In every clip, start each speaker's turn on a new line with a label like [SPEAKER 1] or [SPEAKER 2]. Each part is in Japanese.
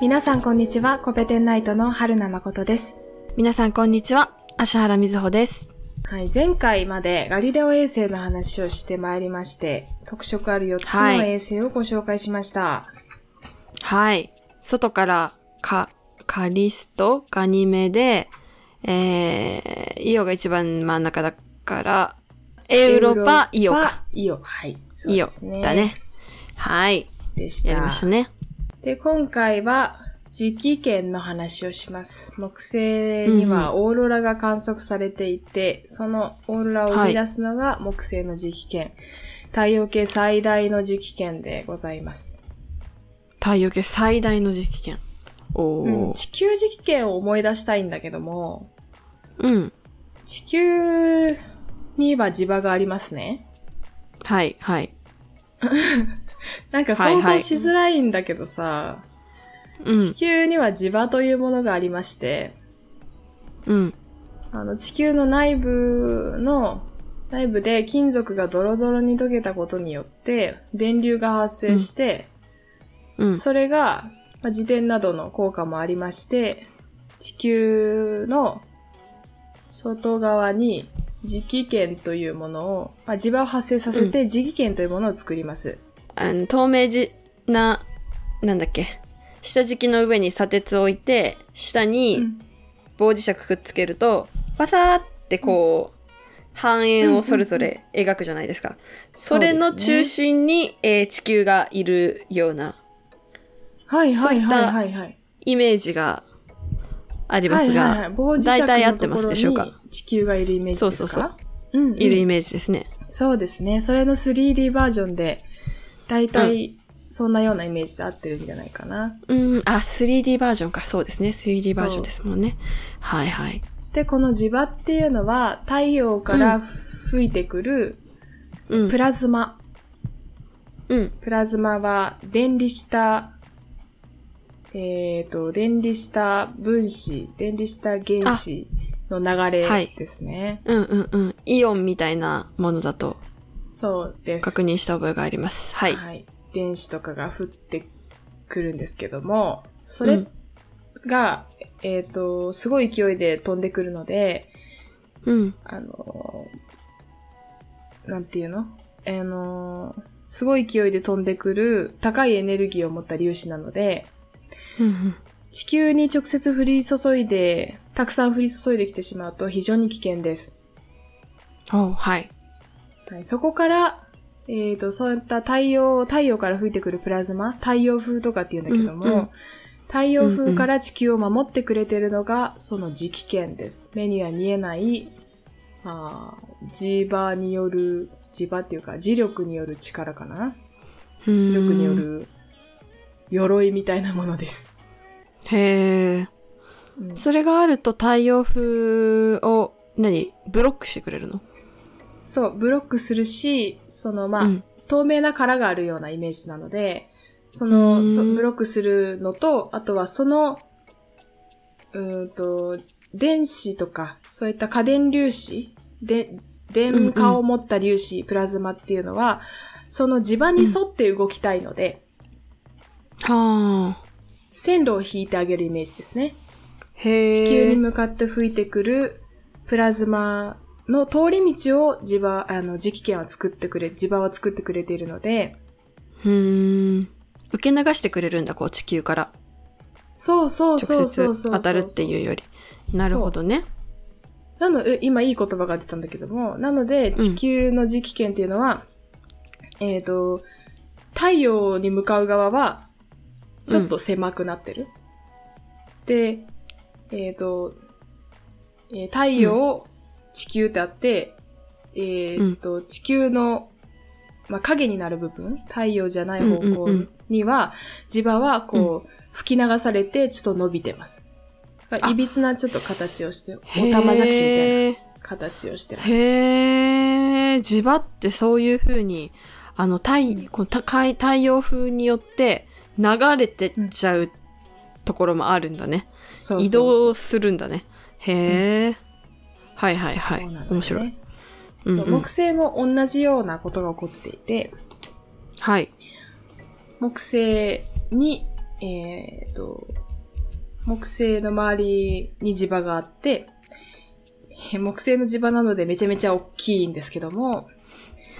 [SPEAKER 1] 皆さんこんにちは、コペテンナイトの春名誠です。
[SPEAKER 2] 皆さんこんにちは芦原瑞穂です
[SPEAKER 1] はい、前回までガリレオ衛星の話をしてまいりまして、特色ある4つ
[SPEAKER 2] は
[SPEAKER 1] の
[SPEAKER 2] い
[SPEAKER 1] 衛星をご紹介しました。
[SPEAKER 2] はい外からカカリストガニメでえー、イオが一番真ん中だからエウロパイオか。
[SPEAKER 1] イオ、はい。そう
[SPEAKER 2] イオ
[SPEAKER 1] ですね
[SPEAKER 2] だ。ねはい
[SPEAKER 1] でした。
[SPEAKER 2] やりましたね
[SPEAKER 1] で、今回は、磁気圏の話をします。木星にはオーロラが観測されていて、そのオーロラを生み出すのが木星の磁気圏、太陽系最大の磁気圏でございます。
[SPEAKER 2] 太陽系最大の磁気圏お
[SPEAKER 1] うん、
[SPEAKER 2] ー
[SPEAKER 1] 地球磁気圏を思い出したいんだけども、
[SPEAKER 2] うん、
[SPEAKER 1] 地球には磁場がありますね。
[SPEAKER 2] はいはい
[SPEAKER 1] なんか
[SPEAKER 2] はい
[SPEAKER 1] 想
[SPEAKER 2] は
[SPEAKER 1] 像
[SPEAKER 2] い
[SPEAKER 1] しづらいんだけどさ、
[SPEAKER 2] う
[SPEAKER 1] 地
[SPEAKER 2] ん
[SPEAKER 1] 球には磁場というものがありまして、
[SPEAKER 2] うん
[SPEAKER 1] あの、地球の内部の、内部で金属がドロドロに溶けたことによって、電流が発生して、
[SPEAKER 2] うん
[SPEAKER 1] それが、まあ、自転などの効果もありまして、地球の外側に磁気圏というものを、まあ、磁場を発生させて磁気圏というものを作ります。
[SPEAKER 2] あの透明じななんだっけ下敷きの上に砂鉄を置いて下
[SPEAKER 1] う
[SPEAKER 2] に
[SPEAKER 1] ん
[SPEAKER 2] 棒磁石くっつけるとバサーってこう、半円をそれぞれ描くじゃないですか、それの中心に、えー地球がいるような
[SPEAKER 1] はい
[SPEAKER 2] そ
[SPEAKER 1] は
[SPEAKER 2] う
[SPEAKER 1] い
[SPEAKER 2] いった
[SPEAKER 1] はいはいはい。
[SPEAKER 2] イメージがありますが、
[SPEAKER 1] はいはいはい、棒磁石
[SPEAKER 2] 大体合って
[SPEAKER 1] の
[SPEAKER 2] ま
[SPEAKER 1] ところ
[SPEAKER 2] すでしょう
[SPEAKER 1] に
[SPEAKER 2] か
[SPEAKER 1] 地球がいるイメージですか
[SPEAKER 2] そうそうそう。
[SPEAKER 1] うん、うん。
[SPEAKER 2] いるイメージですね、
[SPEAKER 1] そうですね。それの 3D バージョンで、だいたいそんなようなイメージで合ってるんじゃないかな。
[SPEAKER 2] うん、あ 3D バージョンかそうですね 3D バージョンですもんねはいはい
[SPEAKER 1] で、この磁場っていうのは、太陽から
[SPEAKER 2] うん
[SPEAKER 1] 吹いてくる
[SPEAKER 2] うん
[SPEAKER 1] プラズマ。
[SPEAKER 2] うん
[SPEAKER 1] プラズマは、電離した、えっ、と、電離した分子、電離した原子の流れですね。
[SPEAKER 2] うんうんうんイオンみたいなものだと
[SPEAKER 1] そうです。
[SPEAKER 2] 確認した覚えがあります。はい。
[SPEAKER 1] はい。電子とかが降ってくるんですけども、それが、えっ、と、すごい勢いで飛んでくるので、
[SPEAKER 2] うん。
[SPEAKER 1] あのー、なんていうのあのー、すごい勢いで飛んでくる高いエネルギーを持った粒子なので、
[SPEAKER 2] うんうん。
[SPEAKER 1] 地球に直接降り注いで、たくさん降り注いできてしまうと非常に危険です。
[SPEAKER 2] おうはい。
[SPEAKER 1] はい、そこから、えっ、と、そういった太陽、太陽から吹いてくるプラズマ、太陽風とかっていうんだけども、
[SPEAKER 2] うんうん
[SPEAKER 1] 太陽風から地球を守ってくれてるのが、その磁気圏です。目には見えない、あー磁場による、磁場っていうか、磁力による力かな磁
[SPEAKER 2] 磁
[SPEAKER 1] 力によ。る鎧みたいなものです。
[SPEAKER 2] へえ。
[SPEAKER 1] うん
[SPEAKER 2] それがあると太陽風を、何ブロックしてくれるの
[SPEAKER 1] そう、ブロックするし、その、まあ、
[SPEAKER 2] うん。
[SPEAKER 1] 透明な殻があるようなイメージなので、その、
[SPEAKER 2] うん
[SPEAKER 1] そブロックするのと、あとはその、うーんと、電子とか、そういった過電粒子、で、電荷を持った粒子、プラズマっていうのは、その磁場に沿って動きたいので、
[SPEAKER 2] はあ。
[SPEAKER 1] 線路を引いてあげるイメージですね。
[SPEAKER 2] へえ。
[SPEAKER 1] 地球に向かって吹いてくるプラズマの通り道を磁場、あの、磁気圏は作ってくれ、磁場は作ってくれているので、
[SPEAKER 2] うーん。受け流してくれるんだ、こう、地球から。
[SPEAKER 1] そうそうそ
[SPEAKER 2] 直
[SPEAKER 1] う
[SPEAKER 2] 接
[SPEAKER 1] そうそう。
[SPEAKER 2] 当たるっていうより。なるほどね。
[SPEAKER 1] なので、今いい言葉が出たんだけども、なので、地球の磁気圏っていうのは、えっ、と、太陽に向かう側は、ちょっと狭くなってる。で、えっ、と、えー太陽、地球ってあって、えっ、と、地球の、まあ、影になる部分、太陽じゃない方
[SPEAKER 2] うんうんう
[SPEAKER 1] 向
[SPEAKER 2] ん
[SPEAKER 1] には、磁場はこう、吹き流されて、ちょっと伸びてます。
[SPEAKER 2] あ
[SPEAKER 1] いびつなちょっと形をして、
[SPEAKER 2] へ
[SPEAKER 1] お
[SPEAKER 2] え
[SPEAKER 1] たまじゃくしみたいな形をしてます。
[SPEAKER 2] へえ。磁場ってそういう風に、あの、太、こう高い太陽風によって流れてっちゃうところもあるんだね。
[SPEAKER 1] そうそうそう
[SPEAKER 2] 移動するんだね。へえ、はいはいはい。
[SPEAKER 1] そうなのね
[SPEAKER 2] 面白い。
[SPEAKER 1] そう
[SPEAKER 2] うんうん
[SPEAKER 1] 木星も同じようなことが起こっていて、
[SPEAKER 2] はい。
[SPEAKER 1] 木星に、えっ、と、木星の周りに磁場があって、えー木星の磁場なのでめちゃめちゃ大きいんですけども、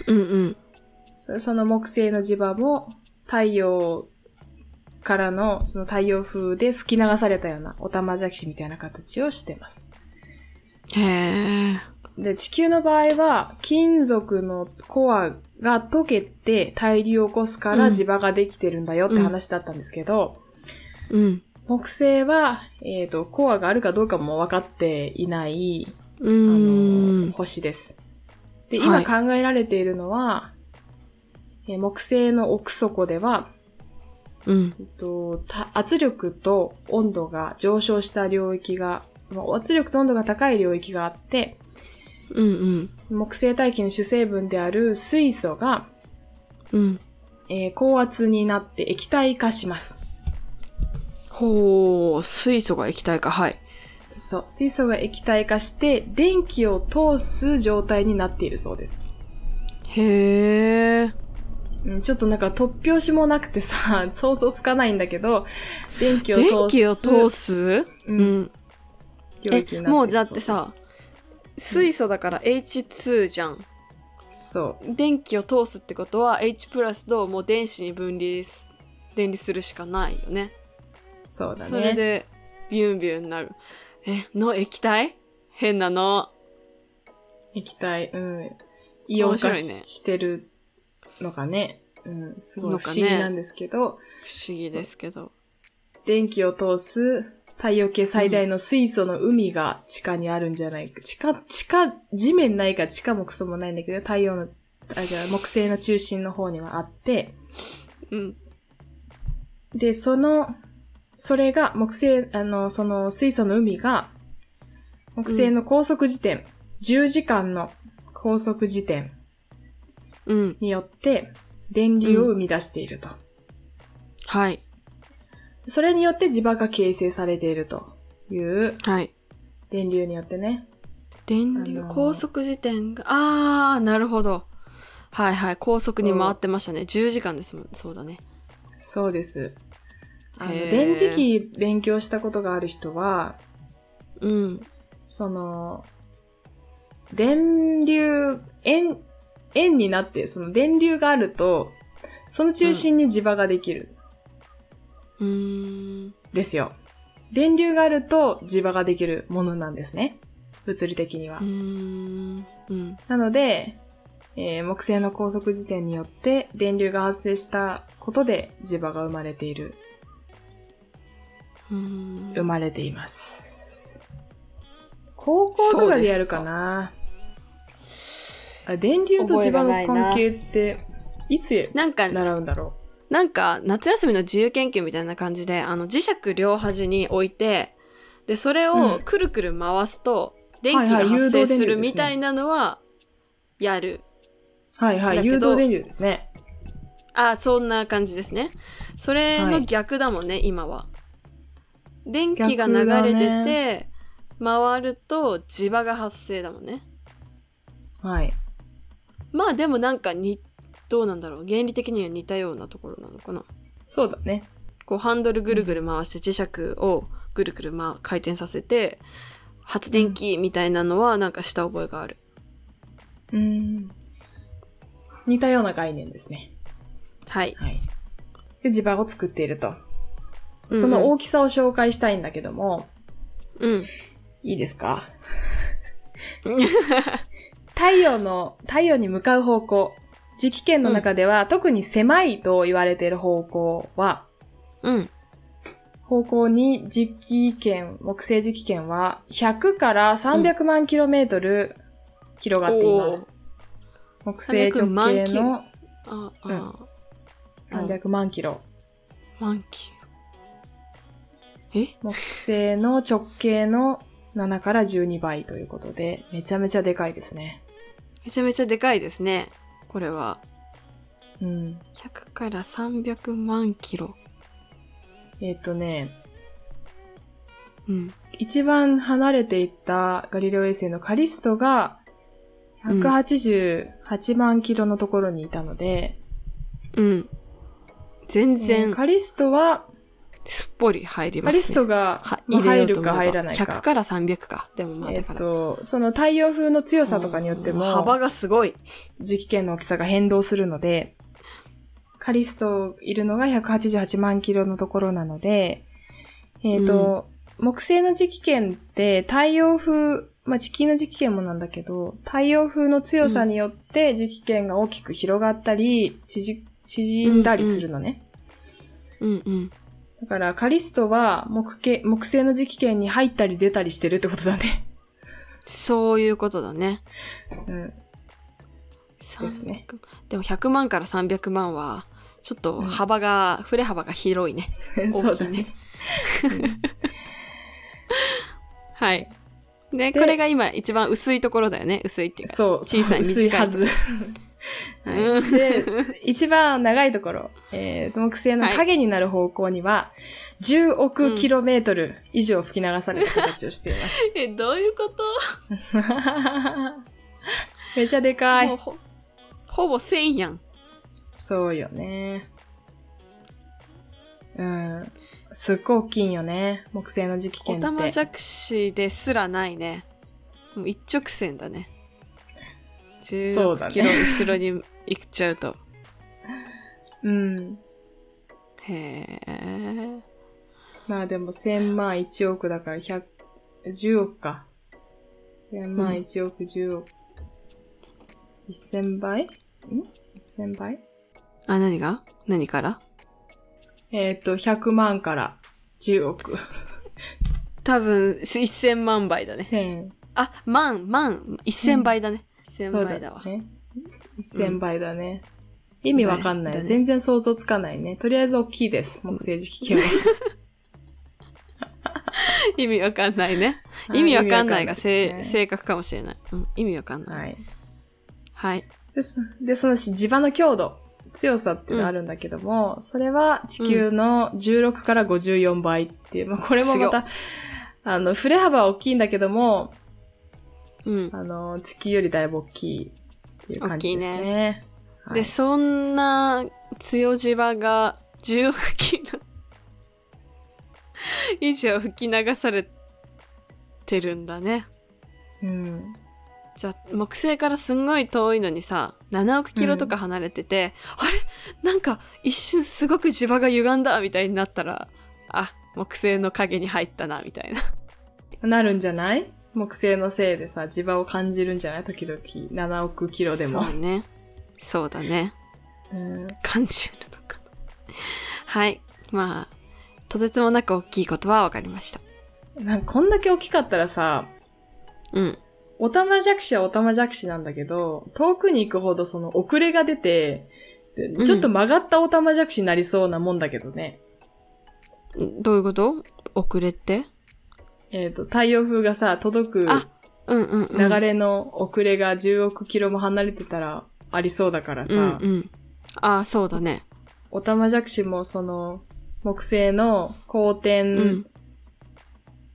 [SPEAKER 2] うんうん。
[SPEAKER 1] そその木星の磁場も太陽からのその太陽風で吹き流されたようなおたまじゃくしみたいな形をしてます。
[SPEAKER 2] へえ。
[SPEAKER 1] で、地球の場合は金属のコアが溶けて大流を起こすから
[SPEAKER 2] うん
[SPEAKER 1] 磁場ができてるんだよって話だったんですけど、
[SPEAKER 2] うん。
[SPEAKER 1] 木星は、えっ、と、コアがあるかどうかも分かっていない、あ
[SPEAKER 2] う
[SPEAKER 1] の
[SPEAKER 2] ーん。
[SPEAKER 1] 星です。で、今
[SPEAKER 2] はい
[SPEAKER 1] 考えられているのは、えー木星の奥底では、
[SPEAKER 2] うん。
[SPEAKER 1] えっと、た圧力と温度が上昇した領域が、まあ圧力と温度が高い領域があって、
[SPEAKER 2] うんうん。
[SPEAKER 1] 木星大気の主成分である水素が、
[SPEAKER 2] うん。
[SPEAKER 1] えー高圧になって液体化します。
[SPEAKER 2] ほう、水素が液体化、はい。
[SPEAKER 1] そう。水素が液体化して、電気を通す状態になっているそうです。
[SPEAKER 2] へえ。
[SPEAKER 1] うんちょっとなんか突拍子もなくてさ、 想像つかないんだけど、電気を通す。
[SPEAKER 2] 電気を通す
[SPEAKER 1] う、
[SPEAKER 2] うんん。
[SPEAKER 1] 領
[SPEAKER 2] え
[SPEAKER 1] 域、になっているそうです
[SPEAKER 2] もうだってさ、、水素だから H2 じゃん。
[SPEAKER 1] そ
[SPEAKER 2] 電気を通すってことは H プラスともう電子に分離す電離するしかないよね。
[SPEAKER 1] う、そうだね。
[SPEAKER 2] それでビュンビュンなる。え、の液体変なの。
[SPEAKER 1] 液体、うん。イオン化
[SPEAKER 2] 面
[SPEAKER 1] し,、
[SPEAKER 2] 白いね
[SPEAKER 1] してるのかね。うん、すごい
[SPEAKER 2] の
[SPEAKER 1] 不
[SPEAKER 2] か
[SPEAKER 1] 思
[SPEAKER 2] ね
[SPEAKER 1] 議なんですけど、
[SPEAKER 2] 不思議ですけど。
[SPEAKER 1] 電気を通す太陽系最大の水素の海が地下にあるんじゃないか。地下、地下、地面ないか地下もクソもないんだけど、太陽の、あ、じゃあ木星の中心の方にはあって、
[SPEAKER 2] うん。
[SPEAKER 1] で、その、それが、木星、あの、その水素の海が、木星の高速時点、10時間の高速時点
[SPEAKER 2] うん。
[SPEAKER 1] によって、電流を生み出していると。
[SPEAKER 2] はい。
[SPEAKER 1] それによって磁場が形成されているという、
[SPEAKER 2] はい。
[SPEAKER 1] 電流によってね。
[SPEAKER 2] 電流、
[SPEAKER 1] あのー
[SPEAKER 2] 高速時点が、あー、なるほど。はいはい。高速に回ってましたね。10時間ですもん。そうだね。
[SPEAKER 1] そうです。あの、
[SPEAKER 2] へー
[SPEAKER 1] 電磁気勉強したことがある人は、
[SPEAKER 2] うん。
[SPEAKER 1] その、電流、円、円になって、その電流があると、その中心に磁場ができる、
[SPEAKER 2] うーん。
[SPEAKER 1] ですよ。電流があると磁場ができるものなんですね。物理的には。
[SPEAKER 2] うーん。うん。
[SPEAKER 1] なので、えー木星の高速時点によって電流が発生したことで磁場が生まれている、
[SPEAKER 2] うーん
[SPEAKER 1] 生まれています。高校とかでやるかなあ電流と磁場の関係って、いつ
[SPEAKER 2] なんか、
[SPEAKER 1] 習うんだろ
[SPEAKER 2] なんか夏休みの自由研究みたいな感じであの磁石両端に置いてでそれ
[SPEAKER 1] う
[SPEAKER 2] を
[SPEAKER 1] ん
[SPEAKER 2] くるくる回すと電気
[SPEAKER 1] はいは
[SPEAKER 2] が
[SPEAKER 1] い誘
[SPEAKER 2] 発
[SPEAKER 1] 導電流で
[SPEAKER 2] 生
[SPEAKER 1] すね
[SPEAKER 2] するみたいなのはやる、
[SPEAKER 1] うはいはい、
[SPEAKER 2] だけど
[SPEAKER 1] 誘導電流ですね。
[SPEAKER 2] あそんな感じですねそれ
[SPEAKER 1] は
[SPEAKER 2] の
[SPEAKER 1] い
[SPEAKER 2] 今だもんね、今は電気が
[SPEAKER 1] 逆
[SPEAKER 2] 流
[SPEAKER 1] だね
[SPEAKER 2] れてて、回ると磁場が発生だもんね
[SPEAKER 1] はい。
[SPEAKER 2] まあでもなんかにどうなんだろう原理的には似たようなところなのかな
[SPEAKER 1] そうだね。
[SPEAKER 2] こうハンドルぐるぐる回して磁石をぐるぐる、ま、回転させて発電機みたいなのはなんかした覚えがある。
[SPEAKER 1] うん。似たような概念ですね。
[SPEAKER 2] はい。
[SPEAKER 1] はい。で、磁場を作っていると。その大きさを紹介したいんだけども、
[SPEAKER 2] うん。
[SPEAKER 1] いいですか太陽の、太陽に向かう方向。磁気圏の中では、特に狭いと言われている方向は、
[SPEAKER 2] うん。
[SPEAKER 1] 方向に磁気圏、木星磁気圏は100から300万キロメートル広がっています。木星直
[SPEAKER 2] 300万
[SPEAKER 1] 径
[SPEAKER 2] キロ
[SPEAKER 1] の
[SPEAKER 2] あ、あ、
[SPEAKER 1] うん
[SPEAKER 2] うん
[SPEAKER 1] 300万キロ。
[SPEAKER 2] 満期。え
[SPEAKER 1] 木星の直径の7から12倍ということで、めちゃめちゃでかいですね。
[SPEAKER 2] めちゃめちゃでかいですね。これは。
[SPEAKER 1] うん。
[SPEAKER 2] 100から300万キロ。
[SPEAKER 1] えっ、とね、
[SPEAKER 2] うん。
[SPEAKER 1] 一番離れていったガリレオ衛星のカリストが
[SPEAKER 2] うん
[SPEAKER 1] 188万キロのところにいたので、
[SPEAKER 2] うん。全然。
[SPEAKER 1] カリストは
[SPEAKER 2] すっぽり入り
[SPEAKER 1] カ
[SPEAKER 2] ます、ね。
[SPEAKER 1] リストが、
[SPEAKER 2] は
[SPEAKER 1] まあ
[SPEAKER 2] 入れよ
[SPEAKER 1] 入
[SPEAKER 2] うと
[SPEAKER 1] る
[SPEAKER 2] 思え
[SPEAKER 1] か
[SPEAKER 2] ば
[SPEAKER 1] 入らない
[SPEAKER 2] 100
[SPEAKER 1] か。
[SPEAKER 2] から300か。でもまあ
[SPEAKER 1] え
[SPEAKER 2] だ
[SPEAKER 1] っ
[SPEAKER 2] から。
[SPEAKER 1] と、その太陽風の強さとかによっても、
[SPEAKER 2] 幅がすごい。
[SPEAKER 1] 磁気圏の大きさが変動するので、カリストいるのが188万キロのところなので、えっ、と、木星の磁気圏って太陽風、まあ、地球の磁気圏もなんだけど、太陽風の強さによって磁気圏が大きく広がったり、縮縮んだりするのね。
[SPEAKER 2] うんうん。
[SPEAKER 1] だから、カリストは木系木星の磁気圏に入ったり出たりしてるってことだね。
[SPEAKER 2] そういうことだね。
[SPEAKER 1] うん。すね
[SPEAKER 2] 300。でも100万から300万は、ちょっと幅が、振れ幅が広いね。
[SPEAKER 1] そうだね。
[SPEAKER 2] はい。で、
[SPEAKER 1] で
[SPEAKER 2] これが今一番薄いところだよね。薄 いっていうか。
[SPEAKER 1] そう、
[SPEAKER 2] 小さい
[SPEAKER 1] 薄い
[SPEAKER 2] 短い
[SPEAKER 1] は ず。
[SPEAKER 2] う
[SPEAKER 1] はい、で、一番長いところ、えー、木星の影になる方向には、10億キロメートル以上吹き流された形をしてい ます。
[SPEAKER 2] え、どういうこと、
[SPEAKER 1] めちゃでか
[SPEAKER 2] もう
[SPEAKER 1] い。
[SPEAKER 2] ほほぼ1000やん。
[SPEAKER 1] そうよね。うん。すっごい大きいんよね。木星の時期
[SPEAKER 2] お
[SPEAKER 1] 圏
[SPEAKER 2] たま
[SPEAKER 1] っ
[SPEAKER 2] じ
[SPEAKER 1] て。
[SPEAKER 2] ゃくしですらないね。もう一直線だね。
[SPEAKER 1] そうだ
[SPEAKER 2] 10
[SPEAKER 1] ね
[SPEAKER 2] キロ後ろに行っちゃうと。
[SPEAKER 1] うん。
[SPEAKER 2] へえ。
[SPEAKER 1] まあでも1000万1億だから100、10億か。1000万
[SPEAKER 2] うん
[SPEAKER 1] 1億10億。1000倍ん ?1000 倍
[SPEAKER 2] あ、何が何から
[SPEAKER 1] えっ、と、100万から10億。
[SPEAKER 2] 多分、す1000万倍だね。
[SPEAKER 1] 1000。
[SPEAKER 2] あ、万、万、1000倍だね。1000
[SPEAKER 1] そう
[SPEAKER 2] 倍だ
[SPEAKER 1] だ
[SPEAKER 2] わ。
[SPEAKER 1] ね。1000倍だね。意味わかんない、
[SPEAKER 2] だね
[SPEAKER 1] 全然想像つかないね。とりあえず大きいです。木星時期圏 は。
[SPEAKER 2] 意味わかんないね。
[SPEAKER 1] はい
[SPEAKER 2] 意味わかんないが、
[SPEAKER 1] 意味わかんない
[SPEAKER 2] せ
[SPEAKER 1] ですね
[SPEAKER 2] 正確かもしれない。うん、意味わかんない。
[SPEAKER 1] はい。
[SPEAKER 2] はい。
[SPEAKER 1] で、そでその地場の強度、強さっていうのがあるんだけども、それは地球の16から54倍っていう、まあこれもまた、あの、振れ幅は大きいんだけども、
[SPEAKER 2] うん。
[SPEAKER 1] あの、地球よりだいぶ大きいっていう感じです
[SPEAKER 2] 大
[SPEAKER 1] ね。
[SPEAKER 2] きい
[SPEAKER 1] はい
[SPEAKER 2] で、そんな強磁場が10億キロ 以上吹き流されてるんだね。
[SPEAKER 1] うん。
[SPEAKER 2] じゃあ木星からすんごい遠いのにさ7億キロとか離れてて、あれなんか一瞬すごく磁場が歪んだみたいになったらあ木星の影に入ったなみたいな
[SPEAKER 1] なるんじゃない木星のせいでさ、地場を感じるんじゃない時々、7億キロでも。
[SPEAKER 2] そうねそうだね
[SPEAKER 1] うん
[SPEAKER 2] 感じるのかなはいまあとてつもなく大きいことは分かりました
[SPEAKER 1] なんかこんだけ大きかったらさ、
[SPEAKER 2] うん
[SPEAKER 1] オタマジャクシはオタマジャクシなんだけど、遠くに行くほどその遅れが出て、で
[SPEAKER 2] ん
[SPEAKER 1] ちょっと曲がったオタマジャクシになりそうなもんだけどね。
[SPEAKER 2] どういうこと遅れって
[SPEAKER 1] えっ、と、太陽風がさ、届く
[SPEAKER 2] あうんうん、うん、
[SPEAKER 1] 流れの遅れが10億キロも離れてたらありそうだからさ、
[SPEAKER 2] うんうんあそうだね
[SPEAKER 1] オタマジャクシもその、木星の公転、
[SPEAKER 2] うん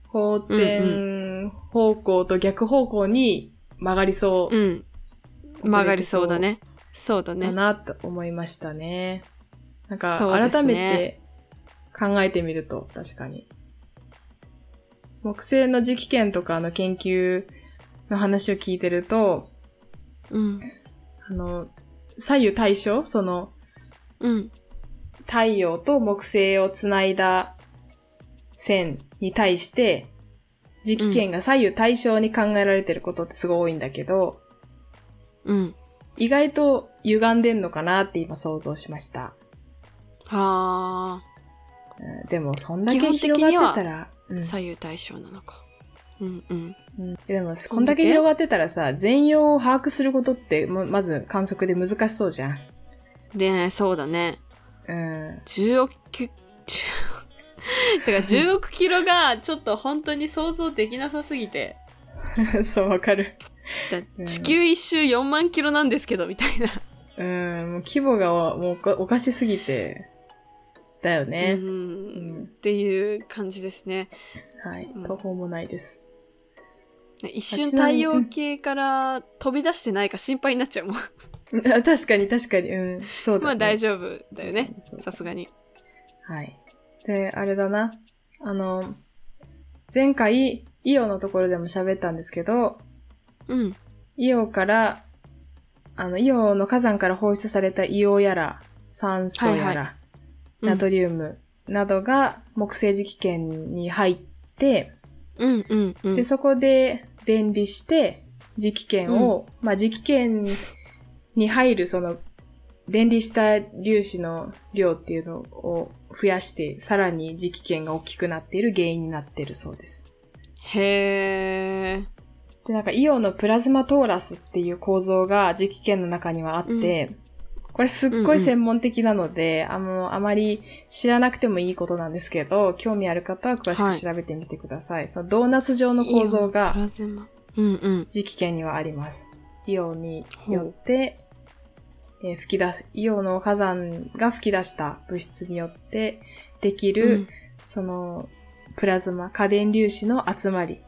[SPEAKER 1] 公転方向と逆方向に曲がりそううん
[SPEAKER 2] 曲がりそうだねそうだね
[SPEAKER 1] だなと思いましたね。なんか、
[SPEAKER 2] そうです
[SPEAKER 1] 改
[SPEAKER 2] ね
[SPEAKER 1] めて考えてみると、確かに。木星の磁気圏とかの研究の話を聞いてると、
[SPEAKER 2] うん
[SPEAKER 1] あの、左右対称その、
[SPEAKER 2] うん
[SPEAKER 1] 太陽と木星をつないだ線に対して、磁気圏が左右対称に考えられてることってすごい多いんだけど、
[SPEAKER 2] うん
[SPEAKER 1] 意外と歪んでんのかなって今想像しました。
[SPEAKER 2] はあ、
[SPEAKER 1] うんでも、そんだけ
[SPEAKER 2] 基本的
[SPEAKER 1] 広が
[SPEAKER 2] には
[SPEAKER 1] ってたら、うん
[SPEAKER 2] 左右対称なのか。うんうん。
[SPEAKER 1] うんでも、こんだけ広がってたらさ、全容を把握することって、ままず観測で難しそうじゃん。
[SPEAKER 2] でね、そうだね。
[SPEAKER 1] うん。
[SPEAKER 2] 10億キ、10て か10億キロがちょっと本当に想像できなさすぎて。
[SPEAKER 1] そう、わかる。
[SPEAKER 2] だ
[SPEAKER 1] うん
[SPEAKER 2] 地球一周4万キロなんですけど、みたいな。
[SPEAKER 1] うん、もう規模がもうおかおかしすぎて、だよね
[SPEAKER 2] う。。
[SPEAKER 1] うんん
[SPEAKER 2] っていう感じですね。
[SPEAKER 1] はい
[SPEAKER 2] うん。
[SPEAKER 1] 途方もないです。
[SPEAKER 2] 一瞬
[SPEAKER 1] ちな
[SPEAKER 2] 太
[SPEAKER 1] みに
[SPEAKER 2] 陽系から飛び出してないか心配になっちゃうもん。
[SPEAKER 1] うんあ確かに、確かに。うん。そうだ、ね。
[SPEAKER 2] まあ大丈夫だよね。
[SPEAKER 1] そうだ。
[SPEAKER 2] さすがに。
[SPEAKER 1] はい。で、あれだな。あの、前回、イオのところでも喋ったんですけど、
[SPEAKER 2] うん。
[SPEAKER 1] イオから、あの、イオの火山から放出された硫黄やら、酸素やら、
[SPEAKER 2] はいはうん
[SPEAKER 1] ナトリウムなどが木星磁気圏に入って、
[SPEAKER 2] うんうんうん。
[SPEAKER 1] で、そこで電離して、磁気圏を、まあ、磁気圏に入るその、電離した粒子の量っていうのを増やして、さらに磁気圏が大きくなっている原因になっているそうです。
[SPEAKER 2] へー。
[SPEAKER 1] で、なんかイオンのプラズマトーラスっていう構造が磁気圏の中にはあって、これすっ
[SPEAKER 2] うん
[SPEAKER 1] ご
[SPEAKER 2] うん
[SPEAKER 1] い専門的なので、あの、あまり知らなくてもいいことなんですけど、興味ある方は詳し
[SPEAKER 2] はい
[SPEAKER 1] く調べてみてください。そのドーナツ状の構造
[SPEAKER 2] プ
[SPEAKER 1] が
[SPEAKER 2] ラズマ。うんうん。
[SPEAKER 1] 磁気圏にはあります。イオンによって、えー吹き出す、イオンの火山が吹き出した物質によってできる、その、プラズマ、家電粒子の集まり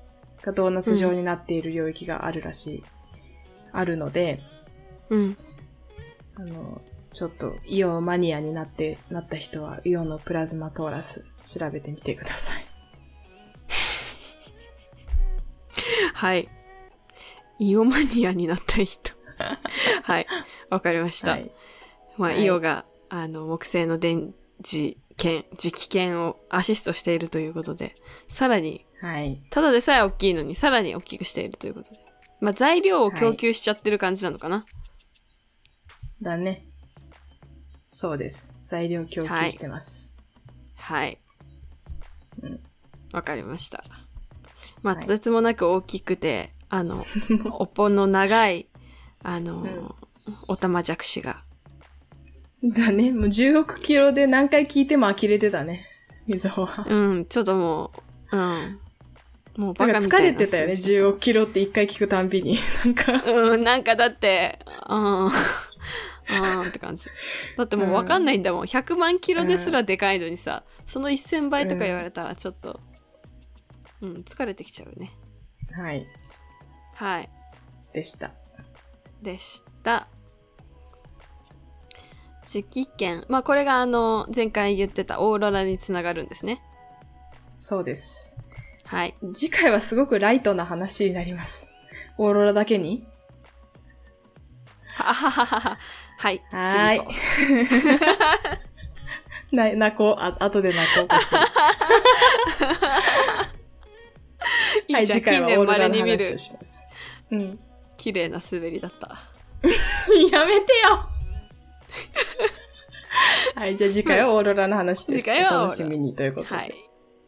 [SPEAKER 1] がドーナツ状になっている領域があるらしい、あるので、
[SPEAKER 2] うん。うん。
[SPEAKER 1] あの、ちょっと、イオンマニアになって、なった人は、イオンのプラズマトーラス、調べてみてください。
[SPEAKER 2] はい。イオマニアになった 人。はい。わかりました。
[SPEAKER 1] はい。
[SPEAKER 2] まあ、
[SPEAKER 1] はい
[SPEAKER 2] イオが、あの、木星の電磁圏、磁気圏をアシストしているということで、さらに、
[SPEAKER 1] はい。
[SPEAKER 2] ただでさえ大きいのに、さらに大きくしているということで。まあ、材料を供給しちゃってる感じなのかな。
[SPEAKER 1] だね。そうです。材料供給してます。
[SPEAKER 2] はい。
[SPEAKER 1] う
[SPEAKER 2] わ、
[SPEAKER 1] ん
[SPEAKER 2] かりました。まあ、
[SPEAKER 1] はい
[SPEAKER 2] とてつもなく大きくて、あの、おぽの長い、あの、
[SPEAKER 1] うん
[SPEAKER 2] おたまじゃくしが。
[SPEAKER 1] だね。もう10億キロで何回聞いても呆れてたね。溝は。
[SPEAKER 2] うん、ちょっともう、うん。もうバ
[SPEAKER 1] な
[SPEAKER 2] カ
[SPEAKER 1] ん
[SPEAKER 2] み
[SPEAKER 1] か疲
[SPEAKER 2] た
[SPEAKER 1] れ
[SPEAKER 2] いな
[SPEAKER 1] て
[SPEAKER 2] 数字。
[SPEAKER 1] たよね。10億キロって一回聞くたんびに。なんか。
[SPEAKER 2] うん、なんかだって、うん、うんって感じ。だってもうわかんないんだもん。100万キロですらでかいのにさ、その1000倍とか言われたらちょっと、うん、疲れてきちゃうね。
[SPEAKER 1] はい。
[SPEAKER 2] はい。
[SPEAKER 1] でした。
[SPEAKER 2] でした。磁気圏。まあこれがあの、前回言ってたオーロラにつながるんですね。
[SPEAKER 1] そうです。
[SPEAKER 2] はい。
[SPEAKER 1] 次回はすごくライトな話になります。オーロラだけに
[SPEAKER 2] ははははは。はい。
[SPEAKER 1] はーい
[SPEAKER 2] 次行こう
[SPEAKER 1] な、泣こう。あ、後で泣こう。
[SPEAKER 2] いいじゃん。近年稀に見る
[SPEAKER 1] します。うん。
[SPEAKER 2] 綺麗な滑りだった。
[SPEAKER 1] やめてよ はい、じゃあ次回はオーロラの話です。
[SPEAKER 2] 次回は
[SPEAKER 1] お
[SPEAKER 2] オーロラ
[SPEAKER 1] 楽しみにということで。
[SPEAKER 2] はい。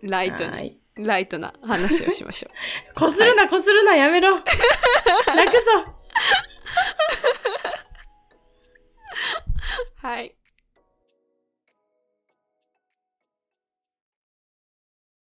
[SPEAKER 2] ライト
[SPEAKER 1] は
[SPEAKER 2] に、
[SPEAKER 1] い
[SPEAKER 2] ライトな話をしましょう。
[SPEAKER 1] こするな、こするな、や めろ泣くぞ
[SPEAKER 2] はい。